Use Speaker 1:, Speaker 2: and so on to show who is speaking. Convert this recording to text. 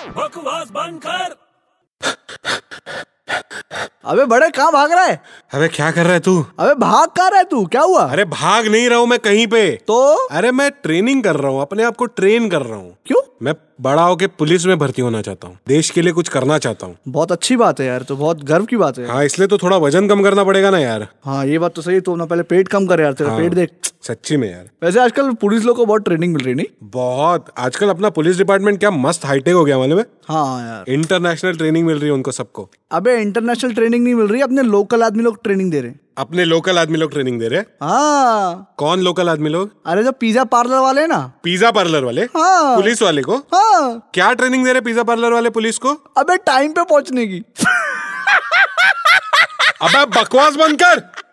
Speaker 1: आवाज बंद कर
Speaker 2: अबे बड़े कहाँ भाग रहा है
Speaker 3: अबे क्या कर रहा है तू
Speaker 2: अबे भाग कहाँ रहा है तू क्या हुआ
Speaker 3: अरे भाग नहीं रहा हूँ मैं कहीं पे
Speaker 2: तो
Speaker 3: अरे मैं ट्रेनिंग कर रहा हूँ अपने आप को ट्रेन कर रहा हूँ
Speaker 2: क्यों
Speaker 3: मैं बड़ा होके पुलिस में भर्ती होना चाहता हूँ देश के लिए कुछ करना चाहता हूँ
Speaker 2: बहुत अच्छी बात है यार तो बहुत गर्व की बात है
Speaker 3: हाँ इसलिए तो थोड़ा वजन कम करना पड़ेगा ना यार हाँ,
Speaker 2: हाँ ये बात तो सही है, तू ना पहले पेट कम कर यार तेरा पेट देख
Speaker 3: सच्ची में यार
Speaker 2: वैसे आजकल पुलिस लोग को बहुत ट्रेनिंग मिल रही नहीं
Speaker 3: बहुत आजकल अपना पुलिस डिपार्टमेंट क्या मस्त हाईटेक हो गया मालूम है
Speaker 2: हाँ यार
Speaker 3: इंटरनेशनल ट्रेनिंग मिल रही है उनको सबको
Speaker 2: अबे इंटरनेशनल ट्रेनिंग नहीं मिल रही अपने लोकल आदमी लोग ट्रेनिंग दे रहे हैं
Speaker 3: अपने लोकल आदमी लोग ट्रेनिंग दे रहे हैं
Speaker 2: हाँ
Speaker 3: कौन लोकल आदमी लोग
Speaker 2: अरे जो पिज्जा पार्लर वाले हैं ना
Speaker 3: पिज्जा पार्लर वाले
Speaker 2: हाँ।
Speaker 3: पुलिस वाले को
Speaker 2: हाँ
Speaker 3: क्या ट्रेनिंग दे रहे पिज्जा पार्लर वाले पुलिस को
Speaker 2: अबे टाइम पे पहुंचने की
Speaker 3: अब बकवास बंद कर